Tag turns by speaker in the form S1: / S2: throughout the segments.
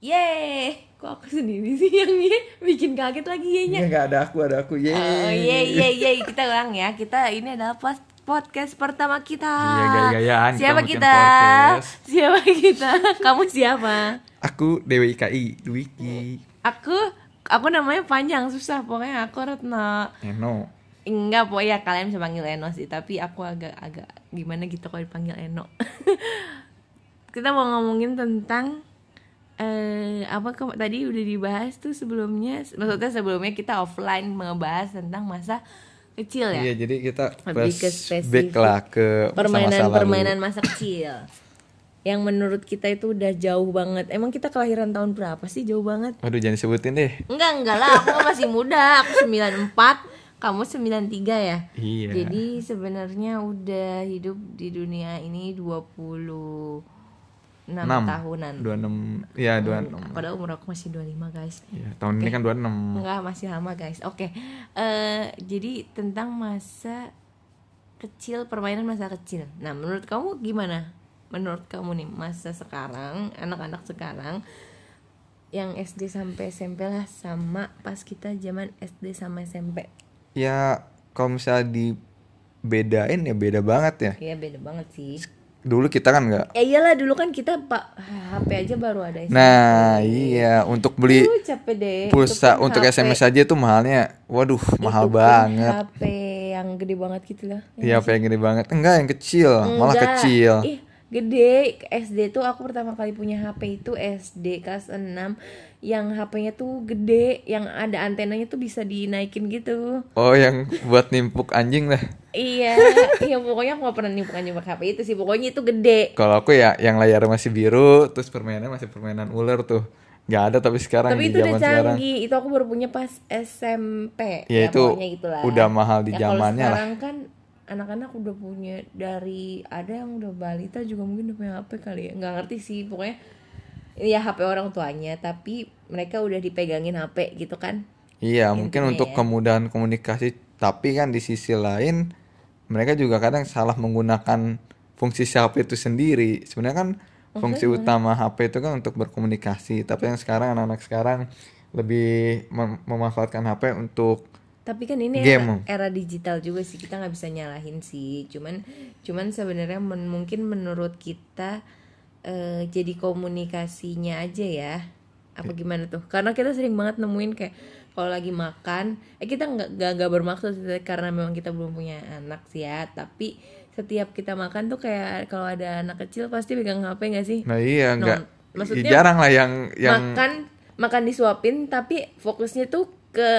S1: Yeay, kok aku sendiri sih yang ye? bikin kaget lagi
S2: Ini
S1: yenya.
S2: Iya, nggak ada aku, ada aku. Yeay.
S1: Oh, yeay, yeay, yeay. Kita ulang ya. Kita ini adalah pos- podcast pertama kita.
S2: Iya, gaya-gayaan kita
S1: Siapa
S2: bikin
S1: kita?
S2: podcast.
S1: Siapa kita? Kamu siapa?
S2: Aku Dewi IKI, Dwiki,
S1: Aku aku namanya panjang susah pokoknya aku Retno.
S2: Eno.
S1: Enggak, pokoknya kalian bisa panggil Eno sih, tapi aku agak agak gimana gitu kalau dipanggil Eno. Kita mau ngomongin tentang eh apa ke- tadi udah dibahas tuh sebelumnya. Maksudnya sebelumnya kita offline ngebahas tentang masa kecil ya.
S2: Iya, jadi kita
S1: Lebih ke
S2: flashback
S1: spesifik.
S2: lah ke masa-masa lalu.
S1: permainan-permainan masa kecil. Yang menurut kita itu udah jauh banget. Emang kita kelahiran tahun berapa sih? Jauh banget.
S2: Waduh, jangan disebutin deh.
S1: Enggak, enggak lah. Aku masih muda. Aku 94, kamu 93 ya?
S2: Iya.
S1: Jadi sebenarnya udah hidup di dunia ini 26
S2: Enam.
S1: tahunan.
S2: 26. Iya, 26.
S1: Padahal umur aku masih 25, guys.
S2: Iya, tahun ini kan 26.
S1: Enggak, masih lama, guys. Oke. Eh jadi tentang masa kecil, permainan masa kecil. Nah, menurut kamu gimana? Menurut kamu nih, masa sekarang, anak-anak sekarang yang SD sampai SMP lah sama pas kita zaman SD sama SMP.
S2: Ya, kalau misalnya dibedain ya beda banget ya.
S1: Iya, beda banget sih.
S2: Dulu kita kan nggak.
S1: Ya iyalah dulu kan kita Pak HP aja baru ada SMP.
S2: Nah, iya untuk beli
S1: Aduh, capek deh.
S2: pulsa
S1: Itu pun
S2: untuk
S1: HP.
S2: SMS aja tuh mahalnya. Waduh, mahal
S1: Itu pun
S2: banget.
S1: HP yang gede banget gitu lah.
S2: Iya, apa yang gede banget? Enggak, yang kecil, malah
S1: Enggak.
S2: kecil.
S1: Ih, gede SD tuh aku pertama kali punya HP itu SD kelas 6 yang HP-nya tuh gede, yang ada antenanya tuh bisa dinaikin gitu.
S2: Oh, yang buat nimpuk anjing lah.
S1: Iya, iya pokoknya aku gak pernah nih bukan nyoba HP itu sih, pokoknya itu gede.
S2: Kalau aku ya yang layar masih biru, terus permainannya masih permainan ular tuh. Gak ada tapi sekarang
S1: Tapi
S2: di
S1: itu udah
S2: zaman sekarang.
S1: canggih, itu aku baru punya pas SMP.
S2: Ya, itu
S1: pokoknya gitulah.
S2: udah mahal di
S1: Ya, kalau
S2: zamannya lah.
S1: Sekarang kan anak-anak udah punya dari ada yang udah balita juga mungkin udah punya HP kali ya. Nggak ngerti sih pokoknya ya HP orang tuanya tapi mereka udah dipegangin HP gitu kan.
S2: Iya, mungkin untuk kemudahan komunikasi, tapi kan di sisi lain mereka juga kadang salah menggunakan fungsi si HP itu sendiri. Sebenarnya kan
S1: Oh,
S2: fungsi utama HP itu kan untuk berkomunikasi, tapi yang sekarang anak-anak sekarang lebih mem- memanfaatkan HP untuk
S1: Tapi kan ini
S2: Game.
S1: era, era digital juga sih kita nggak bisa nyalahin sih. Cuman cuman sebenarnya men- mungkin menurut kita eh, jadi komunikasinya aja ya. Apa gimana tuh? Karena kita sering banget nemuin kayak kalau lagi makan, eh kita nggak nggak nggak bermaksud sih, karena memang kita belum punya anak sih ya. Tapi setiap kita makan tuh kayak kalau ada anak kecil pasti pegang HP nggak sih?
S2: Nah, iya
S1: Non-
S2: enggak
S1: maksudnya
S2: jarang lah yang yang
S1: makan makan disuapin tapi fokusnya tuh ke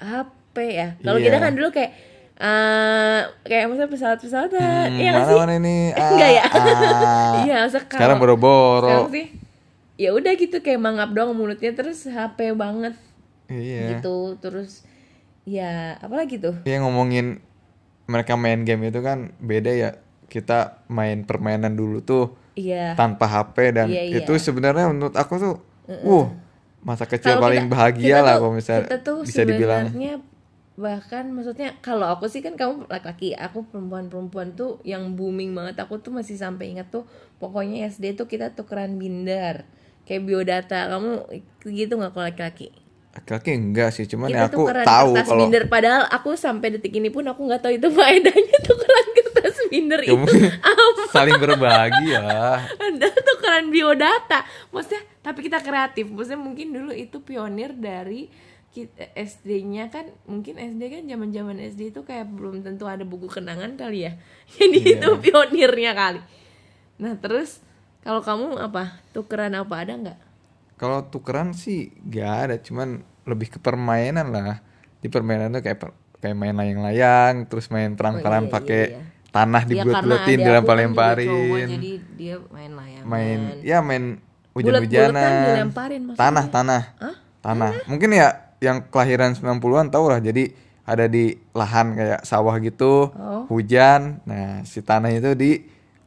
S1: HP ya. Kalau
S2: Iya.
S1: kita kan dulu kayak eh kayak misalnya pesawat-pesawat
S2: "Hmm,
S1: ya
S2: mana
S1: sih?
S2: mana ini ah,
S1: Enggak ya?
S2: ah."
S1: Iya, maksudnya kalau-
S2: sekarang boro-boro.
S1: sekarang sih ya udah gitu kayak mangap doang mulutnya terus HP banget
S2: Iya.
S1: gitu terus ya apalagi tuh
S2: Iya ngomongin mereka main game itu kan beda ya. Kita main permainan dulu tuh
S1: iya
S2: tanpa HP dan
S1: Iya, iya.
S2: itu sebenarnya menurut aku tuh wuh, masa kecil
S1: Kalau
S2: paling
S1: kita-
S2: bahagia
S1: kita
S2: lah
S1: tuh-
S2: kalau misalnya
S1: kita tuh
S2: bisa dibilang
S1: sebenarnya bahkan maksudnya kalau aku sih kan kamu laki-laki aku perempuan-perempuan tuh yang booming banget aku tuh masih sampai ingat tuh pokoknya SD tuh kita tukeran binder kayak biodata kamu gitu nggak kalau laki-laki
S2: laki-laki enggak sih cuman ya
S1: kita
S2: aku
S1: tukeran
S2: tahu
S1: kertas
S2: kalau
S1: binder padahal aku sampai detik ini pun aku nggak tahu itu faedahnya tukeran kertas binder
S2: Ya
S1: itu
S2: mungkin
S1: apa
S2: saling berbagi ya
S1: Anda tukeran biodata. Maksudnya tapi kita kreatif. Maksudnya mungkin dulu itu pionir dari kita- SD-nya kan mungkin SD kan zaman-zaman SD itu kayak belum tentu ada buku kenangan kali ya. Jadi
S2: Iya.
S1: itu pionirnya kali. Nah, terus kalau kamu apa? Tukeran apa ada nggak?
S2: kalau tukeran sih gak ada cuman lebih ke permainan lah di permainan tuh kayak per- kayak main layang-layang terus main
S1: Oh,
S2: perang-perang
S1: iya,
S2: pakai
S1: iya, iya.
S2: tanah
S1: Ya, karena adek aku kan juga
S2: dibulet-buletin
S1: cowok,
S2: dilempar-lemparin
S1: jadi dia main layangan.
S2: main ya main
S1: Bulet-buletan
S2: hujan-hujanan
S1: dilemparin maksudnya.
S2: tanah tanah tanah mungkin ya yang kelahiran 90-an tau lah jadi ada di lahan kayak sawah gitu
S1: Oh.
S2: hujan nah si tanah itu di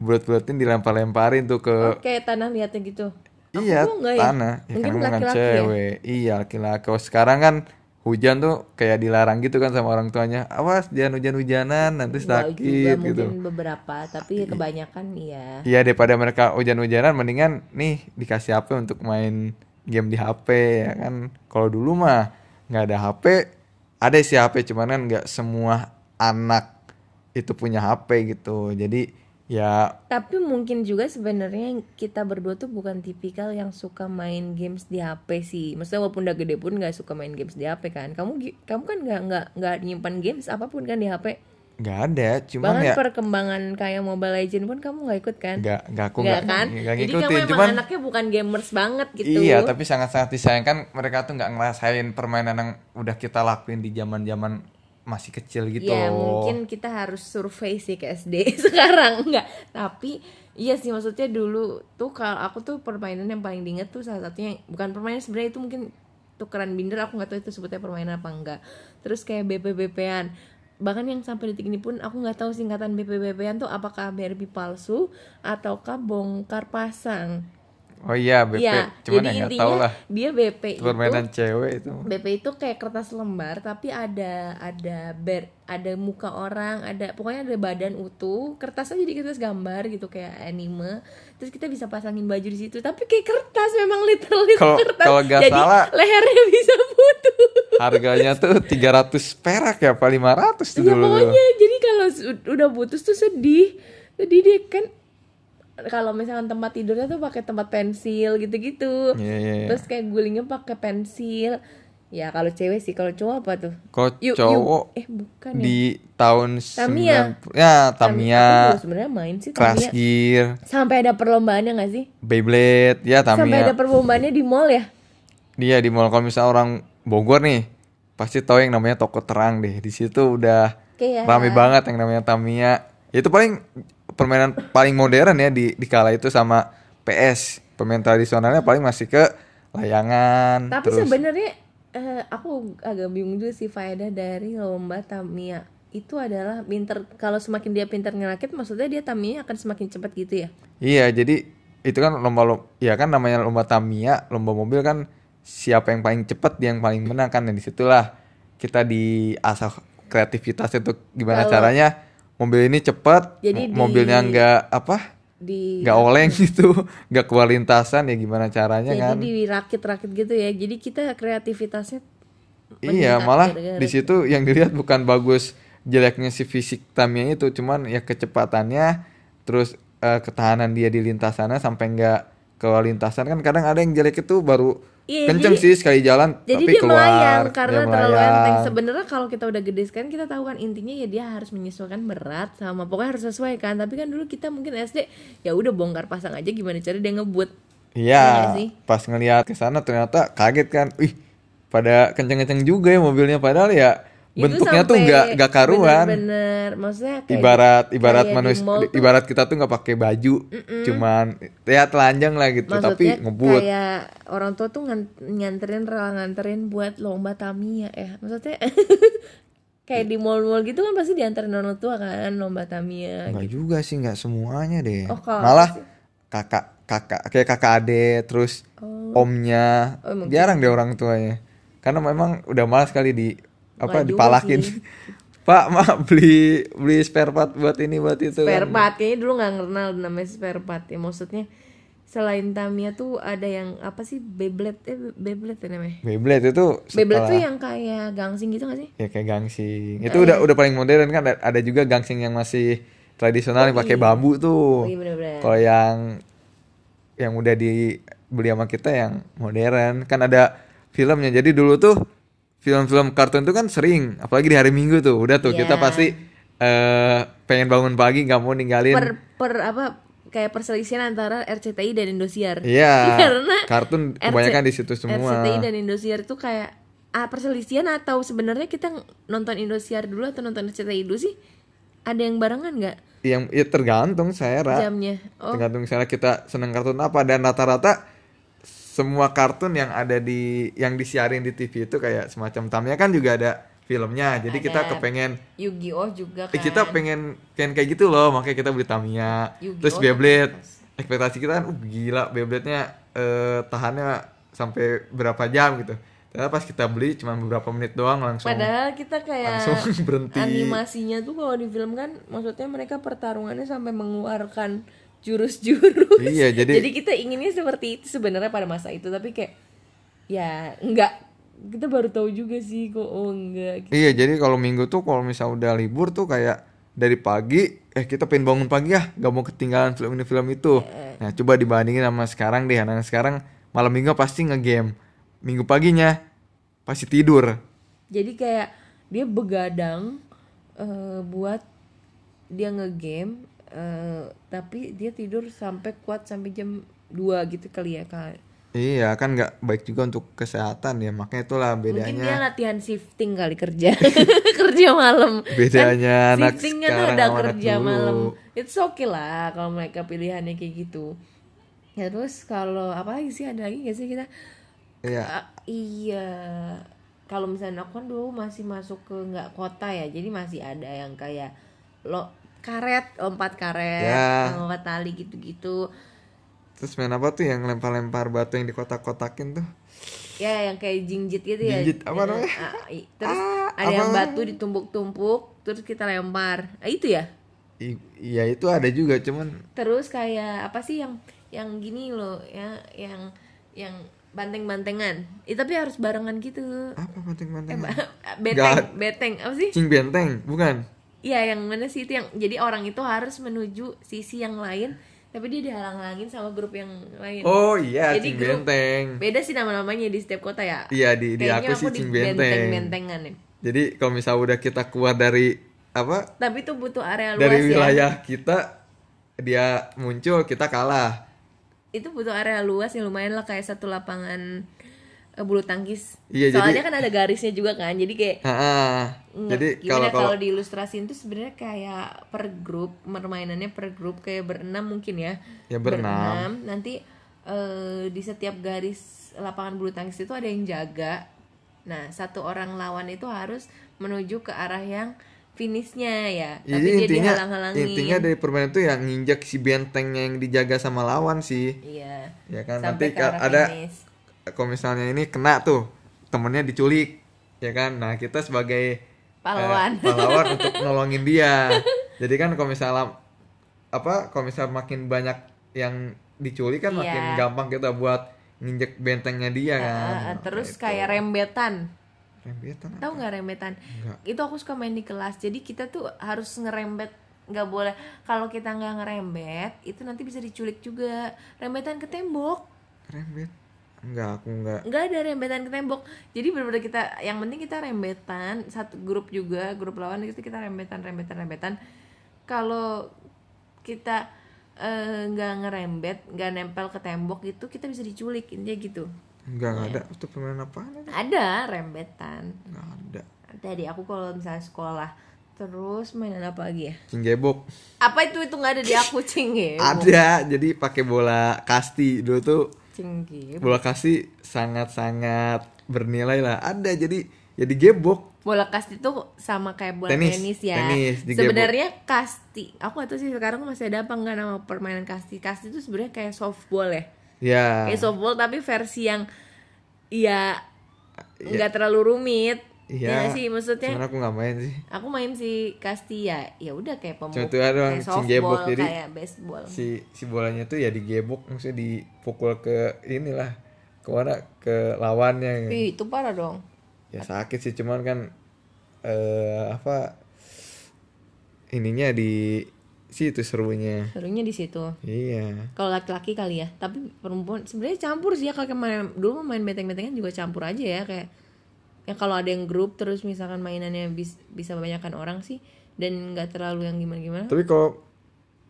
S2: bulet-buletin dilempar-lemparin tuh ke
S1: Oh, kayak tanah liatnya gitu. Aku
S2: iya
S1: tuh nggak ya.
S2: tanah ya,
S1: Mungkin
S2: karena bukan
S1: laki-laki ya?
S2: cewek iya laki-laki Kalau sekarang kan hujan tuh kayak dilarang gitu kan sama orang tuanya awas jangan hujan-hujanan nanti
S1: Nggak juga
S2: sakit gitu
S1: mungkin beberapa, tapi kebanyakan iya.
S2: Iya daripada mereka hujan-hujanan mendingan nih dikasih HP untuk main game di HP ya kan kalau dulu mah nggak ada HP ada sih HP cuman kan nggak semua anak itu punya HP gitu jadi ya
S1: Tapi mungkin juga sebenarnya kita berdua tuh bukan tipikal yang suka main games di HP sih. Maksudnya walaupun udah gede pun nggak suka main games di HP kan. Kamu gi- kamu kan nggak nggak nggak nyimpan games apapun kan di HP.
S2: nggak ada cuman
S1: Bahkan
S2: ya
S1: perkembangan kayak Mobile Legend pun kamu nggak ikut kan?
S2: nggak nggak aku
S1: Nggak
S2: nggak
S1: kan?
S2: nggak
S1: Jadi kamu
S2: ngikutin
S1: emang
S2: cuman
S1: anaknya bukan gamers banget gitu.
S2: Iya, tapi sangat-sangat disayangkan mereka tuh nggak ngerasain permainan yang udah kita lakuin di zaman-zaman masih kecil gitu
S1: Ya
S2: loh.
S1: mungkin kita harus survei sih ke SD sekarang enggak. Tapi iya sih maksudnya dulu tuh kalau aku tuh permainan yang paling diinget tuh salah satunya bukan permainan sebenarnya itu mungkin tukeran binder aku nggak tahu itu sebutnya permainan apa enggak. Terus kayak BPBP-an bahkan yang sampai detik ini pun aku nggak tahu singkatan BPBP-an tuh apakah BRB palsu ataukah bongkar pasang.
S2: Oh iya, BP.
S1: Iya,
S2: Cuman
S1: jadi
S2: ya nggak
S1: intinya gitu.
S2: tahu lah.
S1: dia BP itu
S2: Permainan cewek itu.
S1: BP itu kayak kertas lembar tapi ada ada ber ada muka orang ada pokoknya ada badan utuh kertasnya jadi kertas gambar gitu kayak anime terus kita bisa pasangin baju di situ tapi kayak kertas memang literally
S2: Kalau-
S1: kertas
S2: kalau nggak
S1: jadi
S2: salah-
S1: lehernya bisa putus
S2: Harganya tuh 300 perak ya, apa 500 tuh
S1: ya
S2: dulu.
S1: pokoknya jadi kalau su- udah putus tuh sedih sedih dia kan kalau misalkan tempat tidurnya tuh pakai tempat pensil gitu-gitu
S2: Iya, iya, iya.
S1: terus kayak gulingnya pakai pensil ya kalau cewek sih kalau cowok apa tuh
S2: Kalau
S1: Yuk, yuk.
S2: cowok
S1: eh bukan ya.
S2: di tahun
S1: Tamiya.
S2: 90 ya
S1: Aku juga
S2: Tamiya,
S1: sebenarnya main sih
S2: Crash
S1: Tamiya.
S2: Gear,
S1: Sampai ada perlombaannya gak sih?
S2: Beyblade, ya
S1: Sampai ada
S2: Tamiya.
S1: perlombaannya di mall ya?
S2: Hmm, Dia di mall kalau misalnya orang Bogor nih, pasti tahu yang namanya toko terang deh. Di situ udah
S1: Kayak
S2: rame banget yang namanya Tamiya. Ya Itu paling permainan paling modern ya di di kala itu sama PS. Permainan tradisionalnya paling masih ke layangan.
S1: Tapi
S2: terus
S1: sebenarnya eh, aku agak bingung juga sih faedah dari lomba Tamiya itu adalah pinter kalau semakin dia pinter ngerakit maksudnya dia Tamiya akan semakin cepat gitu ya
S2: iya jadi itu kan lomba lomba ya kan namanya lomba Tamiya, lomba mobil kan siapa yang paling cepat dia yang paling menang kan dan disitulah kita diasah kreativitas itu gimana
S1: Kalau-
S2: caranya mobil ini cepat,
S1: Jadi
S2: mo- mobilnya
S1: di-
S2: nggak apa
S1: di
S2: nggak oleng gitu, nggak keluar lintasan ya gimana caranya
S1: jadi
S2: kan?
S1: dirakit-rakit gitu ya jadi kita kreativitasnya
S2: Iya,
S1: meningkat
S2: malah
S1: gara-gara
S2: di situ yang dilihat bukan bagus jeleknya si fisik Tamiya itu, cuman ya kecepatannya, terus eh, ketahanan dia di lintasannya sampai nggak keluar lintasan kan kadang ada yang jelek itu baru
S1: Iya, jadi-
S2: kenceng sih sekali jalan
S1: Jadi
S2: tapi
S1: dia
S2: keluar
S1: melayang karena terlalu
S2: dia
S1: enteng.
S2: melayang. Iya,
S1: Sebenarnya kalau kita udah gede sekarang kita tahu kan intinya ya dia harus menyesuaikan berat sama pokoknya harus sesuai kan. Tapi kan dulu kita mungkin SD ya udah bongkar pasang aja gimana cara dia ngebut.
S2: Iya,
S1: Iya nggak sih?
S2: pas ngelihat ke sana ternyata kaget kan. Ih, pada kenceng-kenceng juga ya mobilnya padahal ya
S1: Itu
S2: bentuknya tuh
S1: sampai
S2: nggak nggak karuan.
S1: Bener-bener maksudnya kayak
S2: ibarat gitu,
S1: di-
S2: ibarat
S1: kayak di
S2: manusia
S1: mall tuh
S2: ibarat kita tuh nggak pakai baju cuman ya telanjang lah gitu
S1: Maksudnya
S2: tapi ngebut
S1: kayak orang tua tuh ngan- nganterin rela nganterin buat lomba Tamiya ya. Maksudnya kayak di mall-mall gitu kan pasti dianterin orang tua kan lomba Tamiya
S2: nggak juga sih nggak semuanya deh
S1: gitu. Oh, kalau
S2: malah kakak kakak kayak kakak ade terus omnya
S1: Oh, mungkin.
S2: jarang deh orang tuanya karena memang udah malas kali di apa
S1: Malah juga
S2: dipalakin
S1: sih.
S2: pak mak beli beli spare part buat ini buat itu
S1: spare
S2: kan.
S1: part kayaknya dulu nggak kenal namanya spare part ya maksudnya selain Tamiya tuh ada yang apa sih Beyblade eh Be- Beyblade ya namanya
S2: Beyblade itu
S1: Beyblade tuh
S2: setelah
S1: yang kayak gangsing gitu gak sih
S2: ya kayak gangsing itu
S1: Iya.
S2: udah udah paling modern kan ada, ada juga gangsing yang masih tradisional yang pakai bambu tuh
S1: iya bener-bener.
S2: kalau yang yang udah dibeli sama kita yang modern kan ada filmnya jadi dulu tuh film-film kartun tuh kan sering apalagi di hari minggu tuh udah tuh
S1: Iya.
S2: kita pasti eh pengen bangun pagi nggak mau ninggalin
S1: per per apa kayak perselisihan antara RCTI dan Indosiar
S2: Iya,
S1: karena
S2: kartun
S1: RC
S2: kebanyakan di situ semua.
S1: RCTI dan Indosiar tuh kayak ah, perselisihan atau sebenarnya kita ng- nonton Indosiar dulu atau nonton RCTI dulu sih ada yang barengan nggak
S2: yang ya tergantung saya Ra.
S1: jamnya oh
S2: tergantung misalnya kita seneng kartun apa dan rata-rata semua kartun yang ada di yang disiarin di TV itu kayak semacam tamnya kan juga ada filmnya jadi kita
S1: Ada.
S2: kepengen
S1: Yu-Gi-Oh juga
S2: eh,
S1: kan
S2: kita pengen pengen kayak gitu loh makanya kita beli Tamiya
S1: Yu-Gi-Oh kan
S2: terus
S1: tapi
S2: Beyblade ekspektasi kita kan uh, gila Beyblade-nya eh, tahannya sampai berapa jam gitu ternyata pas kita beli cuma beberapa menit doang langsung
S1: Padahal kita kayak
S2: langsung berhenti.
S1: animasinya tuh kalau di film kan maksudnya mereka pertarungannya sampai mengeluarkan jurus-jurus.
S2: Iya, jadi-
S1: kita inginnya seperti itu sebenarnya pada masa itu tapi kayak ya enggak kita baru tahu juga sih kok oh enggak
S2: Iya, jadi kalau minggu tuh kalau misal udah libur tuh kayak dari pagi, eh kita pengen bangun pagi ya, nggak mau ketinggalan film ini film itu.
S1: Iya.
S2: Nah, coba dibandingin sama sekarang deh, anak sekarang malam minggu pasti ngegame, minggu paginya pasti tidur.
S1: jadi kayak dia begadang eh, buat dia ngegame eh, tapi dia tidur sampai kuat sampai jam 2 gitu kali ya kak
S2: Iya, kan nggak baik juga untuk kesehatan ya, makanya itulah
S1: mungkin
S2: bedanya.
S1: dia latihan shifting kali kerja kerja malam
S2: Bedanya anak
S1: shifting kan
S2: sekarang
S1: ada
S2: sama anak
S1: kerja
S2: dulu.
S1: malam it's okay lah kalau mereka pilihannya kayak gitu ya terus kalau apa lagi sih ada lagi gak sih kita
S2: Iya,
S1: Ah, iya. Kalau misalnya aku kan dulu masih masuk ke nggak kota ya, jadi masih ada yang kayak lo karet, lompat karet,
S2: Ya.
S1: lompat tali gitu-gitu.
S2: terus main apa tuh yang lempar-lempar batu yang dikotak-kotakin tuh?
S1: Ya yang kayak jingjit gitu ya.
S2: Jingjit, apa namanya?
S1: Ah, i- terus
S2: Ah,
S1: ada yang
S2: apa?
S1: batu ditumpuk-tumpuk, terus kita lempar. Ah, itu ya.
S2: I- Iya itu ada juga, cuman
S1: Terus kayak apa sih yang yang gini loh, ya yang yang banteng-bantengan. Eh, tapi harus barengan gitu.
S2: apa penting-penting?
S1: Beteng,
S2: Gak-
S1: beteng apa sih?
S2: Cing benteng, bukan?
S1: Iya, yang mana sih itu yang jadi orang itu harus menuju sisi yang lain, tapi dia dihalang-halangin sama grup yang lain.
S2: Oh iya,
S1: Jadi
S2: Cing
S1: grup-
S2: Benteng.
S1: Beda sih nama-namanya di setiap kota ya.
S2: Iya di di aku sih Cing Benteng.
S1: bentengan ya.
S2: Jadi kalau misalnya udah kita keluar dari apa
S1: Tapi itu butuh area
S2: dari
S1: luas ya.
S2: wilayah kita dia muncul kita kalah.
S1: Itu butuh area luas yang lumayan lah kayak satu lapangan eh, bulu tangkis.
S2: Iya, jadi-
S1: Soalnya kan ada garisnya juga kan. Jadi kayak
S2: Ha-ha.
S1: Nggak,
S2: Jadi
S1: gimana
S2: kalau kalau
S1: kalau diilustrasiin tuh sebenarnya kayak per grup permainannya per grup kayak berenam mungkin ya
S2: Ya, berenam.
S1: nanti eh, di setiap garis lapangan bulu tangkis itu ada yang jaga nah satu orang lawan itu harus menuju ke arah yang finishnya ya tapi
S2: jadi
S1: dia
S2: intinya
S1: dihalang-halangin
S2: intinya dari permainan itu yang nginjak si bentengnya yang dijaga sama lawan sih.
S1: iya
S2: Ya kan
S1: sampai
S2: nanti
S1: ke arah
S2: ada
S1: finish
S2: kalau misalnya ini kena tuh temennya diculik ya kan. Nah kita sebagai
S1: pahlawan
S2: Eh, pahlawan untuk nolongin dia jadi kan kalau misalnya apa kalau misalnya makin banyak yang diculik kan
S1: Iya.
S2: makin gampang kita buat nginjek bentengnya dia kan
S1: Ah, ah, terus kayak rembetan
S2: rembetan
S1: Tahu nggak rembetan? Itu aku suka main di kelas. Jadi kita tuh harus ngerembet nggak boleh. Kalau kita nggak ngerembet, itu nanti bisa diculik juga. Rembetan ke tembok.
S2: rembet enggak aku enggak
S1: Nggak ada rembetan ke tembok. Jadi benar-benar kita yang penting kita rembetan satu grup juga, grup lawan itu kita rembetan rembetan rembetan. Kalau kita eh, nggak ngerembet, nggak nempel ke tembok gitu, kita bisa diculik intinya gitu.
S2: enggak enggak ada itu permainan apaan itu?
S1: Ada rembetan.
S2: enggak ada
S1: Tadi aku kalau misalnya sekolah terus mainan apa lagi ya?
S2: cingebok
S1: Apa itu itu nggak ada di aku ya? cingge?
S2: ada jadi pakai bola kasti dulu tuh
S1: Cingge.
S2: bola kasti sangat-sangat bernilai lah ada jadi jadi gebok
S1: Bola kasti itu sama kayak bola
S2: Tenis,
S1: tenis, ya.
S2: tenis, digebok.
S1: sebenarnya kasti, aku nggak tahu sih sekarang masih ada apa nggak nama permainan kasti. Kasti itu sebenarnya kayak softball ya.
S2: ya
S1: Kayak softball tapi versi yang ya nggak terlalu rumit.
S2: Iya.
S1: ya nggak sih maksudnya
S2: Cuman aku nggak main sih.
S1: aku main si kasti ya. Ya udah kayak
S2: Cuma
S1: pemukul,
S2: itu doang,
S1: kayak
S2: cinggebok,
S1: softball,
S2: jadi-
S1: kayak baseball.
S2: Si si bolanya tuh ya digebok, maksudnya dipukul ke inilah ke mana ke lawannya.
S1: Ih, itu parah dong.
S2: Ya sakit sih, cuman kan eh apa ininya di situ serunya.
S1: Serunya di situ.
S2: Iya.
S1: kalau laki-laki kali ya tapi perempuan sebenarnya campur sih ya kayak main dulu mah main beteng-betengan juga campur aja ya kayak ya kalau ada yang grup terus misalkan mainannya bis- bisa banyakkan orang sih dan nggak terlalu yang gimana-gimana
S2: Tapi kalau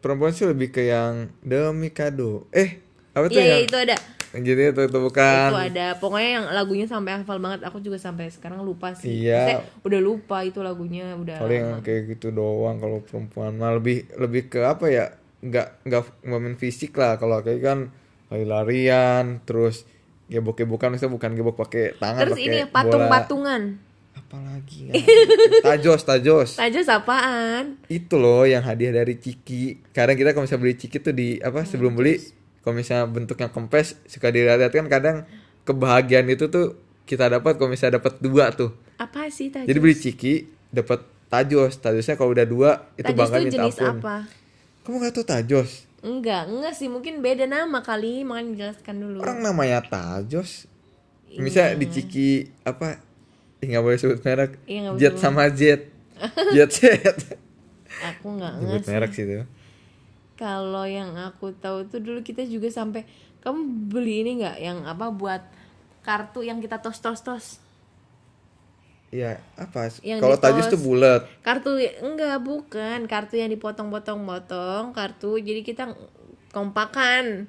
S2: perempuan sih lebih ke yang demi kado. Eh, apa tuh
S1: iya iya
S2: yang,
S1: itu ada
S2: yang gitu itu, itu bukan?
S1: itu ada pokoknya yang lagunya sampai hafal banget aku juga sampai sekarang lupa sih
S2: Iya.
S1: Maksudnya udah lupa itu lagunya udah
S2: paling
S1: lama.
S2: kayak gitu doang kalau perempuan mah lebih lebih ke apa ya nggak nggak momen fisik lah kalau kayak kan lari-larian terus gebok-gebokan maksudnya bukan gebok pakai tangan
S1: terus
S2: pakai
S1: ini
S2: bola.
S1: patung-patungan
S2: apalagi nggak ada. tajos tajos
S1: tajos apaan
S2: itu loh yang hadiah dari Ciki kadang kita kalau misalnya beli Ciki tuh di
S1: Iya,
S2: apa sebelum beli kalau misalnya bentuknya kempes suka dilihat kan kadang kebahagiaan itu tuh kita dapat kalau misalnya dapat dua tuh
S1: apa sih tajos
S2: jadi beli ciki dapat tajos. Tajosnya kalau udah dua itu
S1: tajos
S2: bangga
S1: tuh
S2: minta
S1: jenis
S2: ampun.
S1: apa
S2: Kamu gak tahu tajos?
S1: Iya. Enggak, enggak sih mungkin beda nama kali, makanya dijelaskan dulu.
S2: Orang namanya tajos. Misal diciki apa? Ih, nggak boleh sebut merek.
S1: Iya, nggak boleh
S2: jet
S1: sebut
S2: sama jet. jet set.
S1: aku nggak
S2: Sebut
S1: ngerti
S2: merek sih itu.
S1: kalau yang aku tahu tuh dulu kita juga sampai kamu beli ini nggak yang apa buat kartu yang kita tos tos tos
S2: Iya, apa?
S1: Yang
S2: Kalau
S1: di
S2: tajus
S1: tos.
S2: tuh bulat.
S1: kartu ya, enggak bukan kartu yang dipotong-potong-potong kartu jadi kita kompakan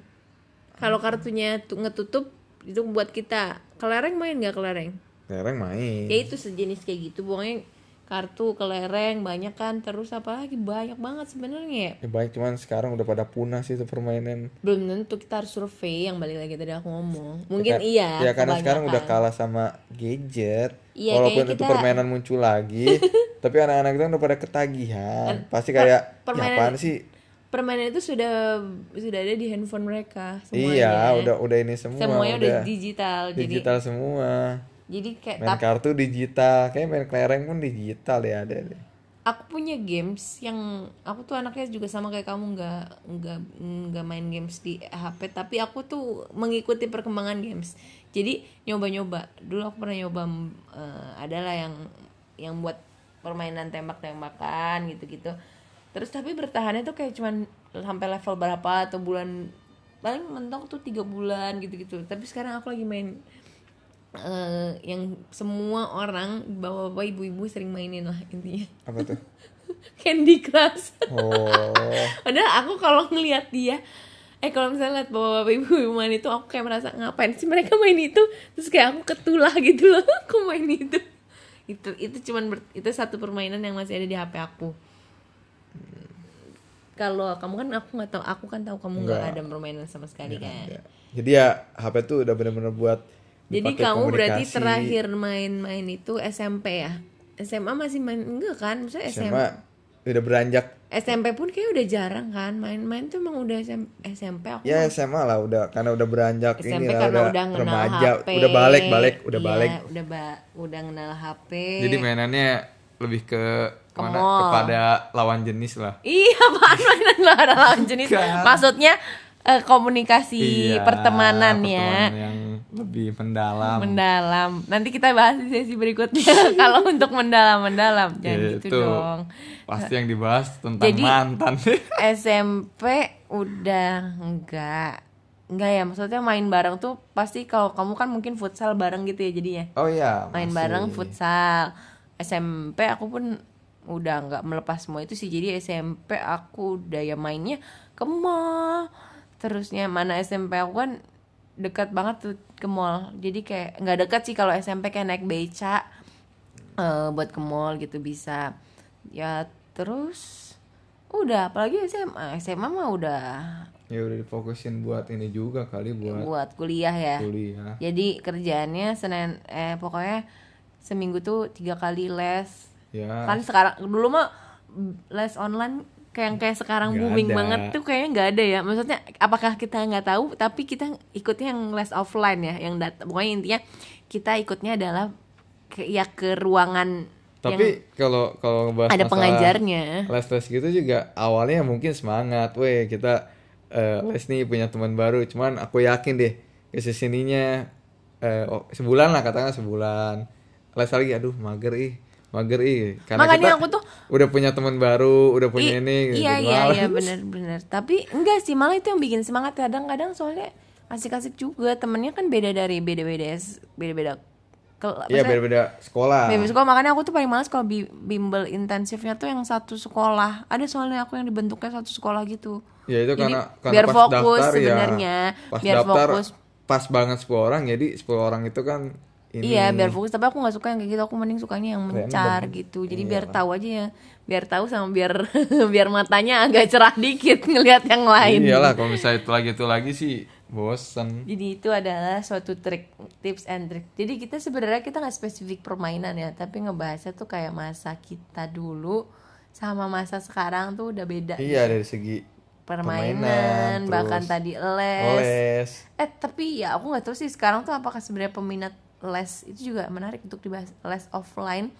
S1: kalau kartunya tu- ngetutup itu buat kita kelereng main nggak kelereng
S2: Lereng main.
S1: ya itu sejenis kayak gitu buangnya kartu kelereng banyak kan terus apa lagi banyak banget sebenarnya ya.
S2: Ya, banyak cuman sekarang udah pada punah sih itu permainan.
S1: belum tentu kita harus survei yang balik lagi tadi aku ngomong mungkin
S2: Ka-
S1: iya
S2: Ya karena sekarang udah
S1: kebanyakan.
S2: kalah sama gadget.
S1: Iya,
S2: Walaupun
S1: kayak
S2: itu
S1: kita-
S2: permainan muncul lagi, tapi anak-anak itu kan udah pada ketagihan. Pasti kayak ya
S1: Kan, permainan-
S2: apaan sih?
S1: permainan itu sudah sudah ada di handphone mereka semuanya
S2: Iya, udah udah ini semua
S1: semuanya udah, digital, jadi
S2: digital semua.
S1: jadi kayak
S2: Main kartu digital, kayak main kelereng pun digital ya ada deh.
S1: aku punya games yang aku tuh anaknya juga sama kayak kamu nggak nggak nggak main games di HP tapi aku tuh mengikuti perkembangan games jadi nyoba-nyoba dulu aku pernah nyoba mm, eh, adalah yang yang buat permainan tembak-tembakan gitu-gitu terus tapi bertahannya tuh kayak cuman sampai level berapa atau bulan paling mentok tuh tiga bulan gitu-gitu tapi sekarang aku lagi main eh, yang semua orang bapak-bapak ibu-ibu sering mainin lah intinya
S2: Apa tuh?
S1: Candy Crush.
S2: Oh,
S1: Padahal aku kalau ngelihat dia, eh kalau misalnya lihat bapak-bapak ibu ibu main itu, aku kayak merasa ngapain sih mereka main itu? Terus kayak aku ketulah gitu loh, aku main itu. Itu itu cuman ber- itu satu permainan yang masih ada di HP aku. Kalau kamu kan aku nggak tahu, aku kan tahu kamu nggak ada permainan sama sekali kan.
S2: ya. Jadi ya HP tuh udah bener-bener buat
S1: Jadi
S2: dipakai
S1: kamu berarti
S2: komunikasi.
S1: terakhir main-main itu SMP ya? SMA masih main enggak kan? Misalnya SMA
S2: SMA udah beranjak
S1: SMP pun kayak udah jarang kan main-main tuh emang udah SM SMP aku
S2: ya SMA lah udah karena udah beranjak
S1: SMP
S2: inilah,
S1: karena
S2: udah,
S1: udah, kenal
S2: remaja
S1: HP
S2: udah balik balik udah
S1: Iya,
S2: balik
S1: udah ba- udah kenal HP
S2: jadi mainannya lebih ke
S1: Ke mana? mall.
S2: kepada lawan jenis lah
S1: iya apaan mainan lara lawan jenis
S2: Kan.
S1: maksudnya eh, komunikasi
S2: Iya,
S1: pertemanan ya
S2: yang lebih mendalam
S1: mendalam nanti kita bahas di sesi berikutnya kalau untuk mendalam mendalam jangan
S2: Iya,
S1: gitu dong Eh,
S2: pasti yang dibahas tentang
S1: Jadi-
S2: mantan
S1: SMP udah enggak enggak ya maksudnya main bareng tuh pasti kalau kamu kan mungkin futsal bareng gitu ya jadinya
S2: oh iya
S1: main
S2: masih.
S1: bareng futsal SMP aku pun udah nggak melepas semua itu sih jadi SMP aku udah ya mainnya ke mall terusnya mana SMP aku kan dekat banget tuh ke mall jadi kayak nggak dekat sih kalau SMP kayak naik beca eh, buat ke mall gitu bisa ya terus udah apalagi SMA SMA mah udah
S2: ya udah difokusin buat ini juga kali buat
S1: buat kuliah ya
S2: kuliah
S1: jadi kerjaannya senin eh pokoknya seminggu tuh tiga kali les.
S2: ya
S1: Kan sekarang dulu mah les online kayak yang kayak sekarang
S2: Nggak
S1: booming
S2: ada.
S1: banget tuh kayaknya nggak ada ya. Maksudnya apakah kita nggak tahu tapi kita ikutnya yang les offline ya, yang dat pokoknya intinya kita ikutnya adalah ke, ya ke ruangan yang
S2: tapi kalau kalau ngebahas
S1: ada
S2: masalah
S1: pengajarnya.
S2: les-les gitu juga awalnya mungkin semangat, weh kita eh, les nih punya teman baru. Cuman aku yakin deh kesininya eh oh, sebulan lah katakan sebulan les lagi, aduh mager ih, mager ih. Karena
S1: Makanya
S2: kita
S1: aku tuh-
S2: udah punya teman baru, udah
S1: I-
S2: punya ini. gitu,
S1: iya
S2: gitu.
S1: iya
S2: Malah-
S1: iya benar benar tapi enggak sih malah itu yang bikin semangat kadang-kadang soalnya asik-asik juga temennya kan beda dari beda-beda s- beda-beda kel-
S2: Iya
S1: maksudnya
S2: beda-beda sekolah.
S1: beda sekolah oh, makanya aku tuh paling males kalau bi- bimbel intensifnya tuh yang satu sekolah ada soalnya aku yang dibentuknya satu sekolah gitu
S2: Ya itu
S1: Jadi,
S2: karena, karena
S1: biar
S2: pas
S1: fokus
S2: daftar ya,
S1: sebenarnya
S2: Pas
S1: biar
S2: daftar
S1: fokus
S2: pas banget 10 orang, jadi 10 orang itu kan ini
S1: Iya biar fokus tapi aku nggak suka yang kayak gitu aku mending sukanya yang mencar gitu
S2: iya.
S1: jadi biar tahu aja ya biar tahu sama biar biar matanya agak cerah dikit ngelihat yang lain
S2: Iyalah kalau misalnya itu lagi itu lagi sih bosen.
S1: Jadi itu adalah suatu trik, tips and trick. Jadi kita sebenarnya kita nggak spesifik permainan ya, tapi ngebahasnya tuh kayak masa kita dulu sama masa sekarang tuh udah beda.
S2: Iya dari segi
S1: Permainan,
S2: permainan,
S1: bahkan
S2: terus
S1: tadi les.
S2: les.
S1: Eh tapi ya aku nggak tahu sih sekarang tuh apakah sebenarnya peminat les itu juga menarik untuk dibahas les offline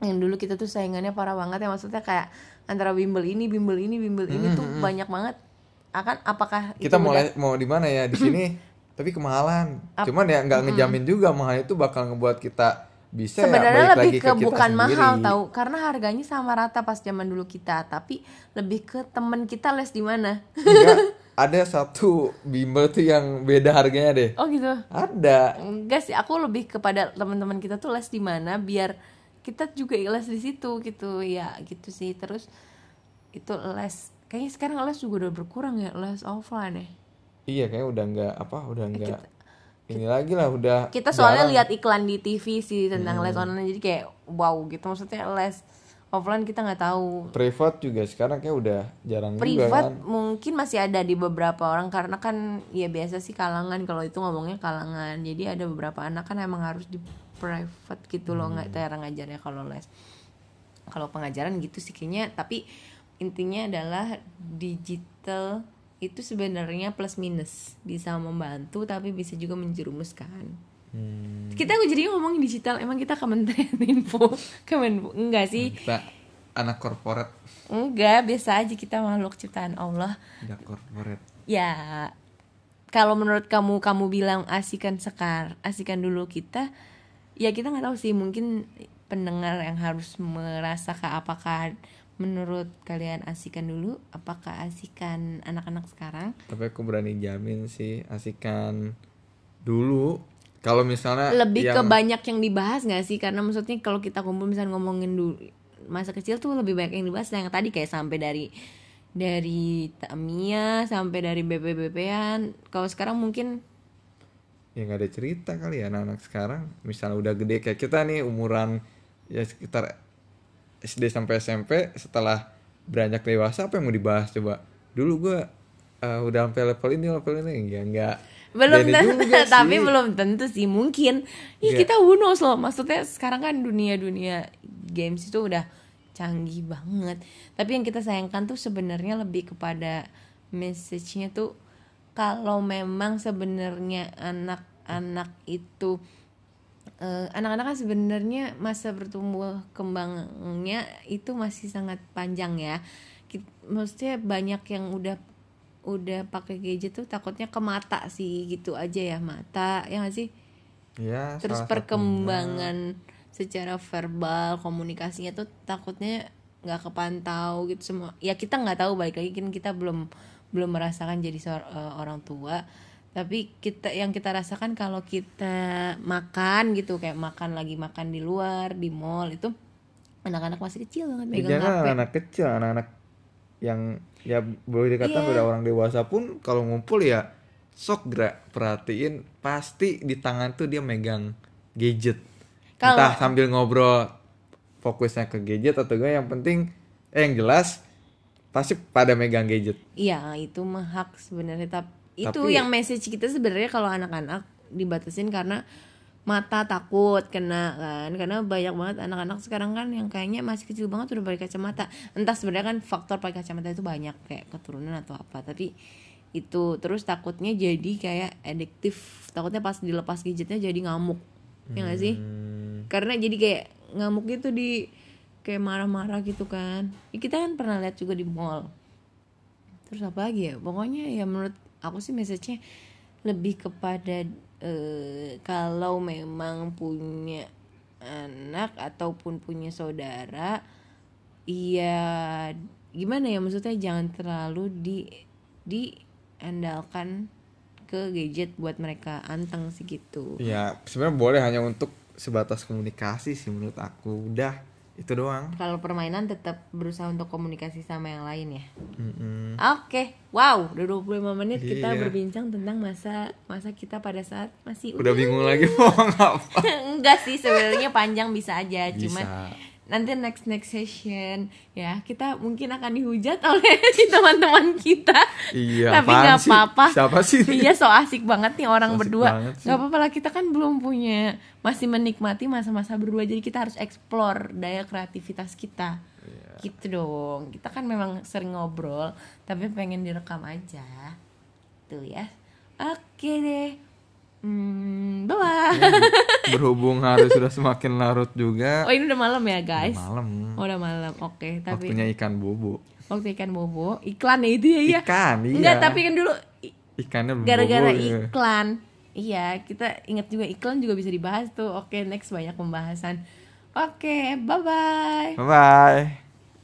S1: yang dulu kita tuh saingannya parah banget ya maksudnya kayak antara bimbel ini bimbel ini bimbel ini tuh banyak banget akan apakah
S2: Hmm, Kita
S1: itu
S2: mau les- mau di mana ya di sini? tapi kemahalan cuman ya nggak ngejamin juga mahal itu bakal ngebuat kita bisa
S1: Sebenarnya
S2: ya balik
S1: lebih
S2: lagi
S1: ke,
S2: kita
S1: bukan
S2: sendiri.
S1: mahal tahu karena harganya sama rata pas zaman dulu kita, tapi lebih ke temen kita les di mana.
S2: Enggak, ada satu bimbel tuh yang beda harganya deh
S1: Oh gitu.
S2: ada
S1: Enggak sih, aku lebih kepada teman-teman kita tuh les di mana biar kita juga les di situ gitu. Ya, gitu sih. Terus itu les kayaknya sekarang les juga udah berkurang ya, les offline ya.
S2: iya kayaknya udah nggak apa udah nggak ini lagi lah udah
S1: Kita soalnya lihat iklan di TV sih tentang les online jadi kayak wow gitu maksudnya les offline kita nggak tahu
S2: privat juga sekarang kayak udah jarang juga kan.
S1: privat mungkin masih ada di beberapa orang karena kan ya biasa sih kalangan kalau itu ngomongnya kalangan jadi ada beberapa anak kan emang harus di private gitu loh
S2: Hmm.
S1: nggak cara ngajarnya kalau les kalau pengajaran gitu sih kayaknya tapi intinya adalah digital itu sebenarnya plus minus bisa membantu tapi bisa juga menjerumuskan
S2: Hmm,
S1: kita jadi ngomongin digital emang kita kementerian info kemenbu enggak sih
S2: kita anak korporat
S1: enggak biasa aja kita makhluk ciptaan Allah
S2: tidak korporat
S1: ya kalau menurut kamu kamu bilang asikan sekar asikan dulu kita ya kita nggak tahu sih mungkin pendengar yang harus merasa ke apakah menurut kalian asikan dulu apakah asikan anak-anak sekarang
S2: tapi aku berani jamin sih asikan dulu kalau misalnya
S1: lebih ke
S2: Nah, yang-
S1: banyak yang dibahas nggak sih karena maksudnya kalau kita kumpul misalnya ngomongin dulu masa kecil tuh lebih banyak yang dibahas Nah, yang tadi kayak sampai dari dari Tamia sampai dari BPBP-an kalau sekarang mungkin
S2: ya nggak ada cerita kali ya anak-anak sekarang misalnya udah gede kayak kita nih umuran ya sekitar SD sampai SMP setelah beranjak dewasa apa yang mau dibahas coba dulu gua eh, udah sampai level ini level ini ya nggak
S1: belum
S2: jadi
S1: tentu
S2: juga sih.
S1: tapi belum tentu sih mungkin Ih,
S2: Iya.
S1: kita who knows loh maksudnya sekarang kan dunia dunia games itu udah canggih banget tapi yang kita sayangkan tuh sebenarnya lebih kepada message-nya tuh kalau memang sebenarnya anak-anak itu eh, anak-anak kan sebenarnya masa bertumbuh kembangnya itu masih sangat panjang ya. Kit- Maksudnya banyak yang udah udah pakai gadget tuh takutnya ke mata sih gitu aja ya mata ya nggak sih
S2: ya
S1: terus
S2: salah satunya.
S1: perkembangan secara verbal komunikasinya tuh takutnya nggak kepantau gitu semua ya kita nggak tahu balik lagi kan kita belum belum merasakan jadi seor- eh, orang tua tapi kita yang kita rasakan kalau kita makan gitu kayak makan lagi makan di luar di mall itu anak-anak masih kecil banget
S2: Ya,
S1: megang
S2: jangan
S1: HP
S2: anak-anak kecil anak-anak yang ya boleh
S1: Iya.
S2: dikatakan udah orang dewasa pun kalau ngumpul ya sok gerak perhatiin pasti di tangan tuh dia megang gadget
S1: Kalau-
S2: entah sambil ngobrol fokusnya ke gadget atau gue yang penting eh yang jelas pasti pada megang gadget
S1: Iya itu mah hak sebenarnya tapi itu
S2: Tapi-
S1: yang message kita sebenarnya kalau anak-anak dibatasin karena mata takut kena kan karena banyak banget anak-anak sekarang kan yang kayaknya masih kecil banget udah pakai kacamata entah sebenarnya kan faktor pakai kacamata itu banyak kayak keturunan atau apa tapi itu terus takutnya jadi kayak adiktif takutnya pas dilepas gadgetnya jadi ngamuk ya gak sih karena jadi kayak ngamuk gitu di kayak marah-marah gitu kan Ya, kita kan pernah lihat juga di mall terus apa lagi ya pokoknya ya menurut aku sih message-nya lebih kepada eh, kalau memang punya anak ataupun punya saudara iya gimana ya maksudnya jangan terlalu di diandalkan ke gadget buat mereka anteng sih gitu
S2: ya sebenarnya boleh hanya untuk sebatas komunikasi sih menurut aku udah itu doang
S1: kalau permainan tetap berusaha untuk komunikasi sama yang lain ya
S2: Hmm. Mm-mm.
S1: Oke, wow, udah 25 menit kita
S2: Iya.
S1: berbincang tentang masa masa kita pada saat masih
S2: udah bingung lagi mau ngomong apa
S1: enggak sih sebenarnya panjang bisa aja,
S2: Bisa.
S1: cuman nanti next next session ya kita mungkin akan dihujat oleh teman-teman kita.
S2: Iya,
S1: Tapi
S2: apaan
S1: nggak
S2: sih?
S1: apa-apa.
S2: Siapa sih ini?
S1: Iya, so asik banget nih orang
S2: So asik
S1: berdua.
S2: banget sih.
S1: Nggak apa-apa lah kita kan belum punya masih menikmati masa-masa berdua jadi kita harus explore daya kreativitas kita.
S2: Iya.
S1: Gitu dong. Kita kan memang sering ngobrol tapi pengen direkam aja. Tuh ya. Oke deh. Hmm,
S2: Iya,
S1: bye.
S2: berhubung hari sudah semakin larut juga
S1: Oh, ini udah malam ya, guys.
S2: malam
S1: Oh, udah malam. Oke, tapi
S2: waktunya ikan bobo
S1: waktu ikan bobo iklan ya itu ya iya.
S2: ikan iya
S1: Enggak, tapi kan dulu i-
S2: ikannya belum
S1: gara-gara
S2: bobo, iya.
S1: iklan Iya, kita ingat juga iklan juga bisa dibahas tuh. Oke, next banyak pembahasan. Oke, bye bye.
S2: Bye bye.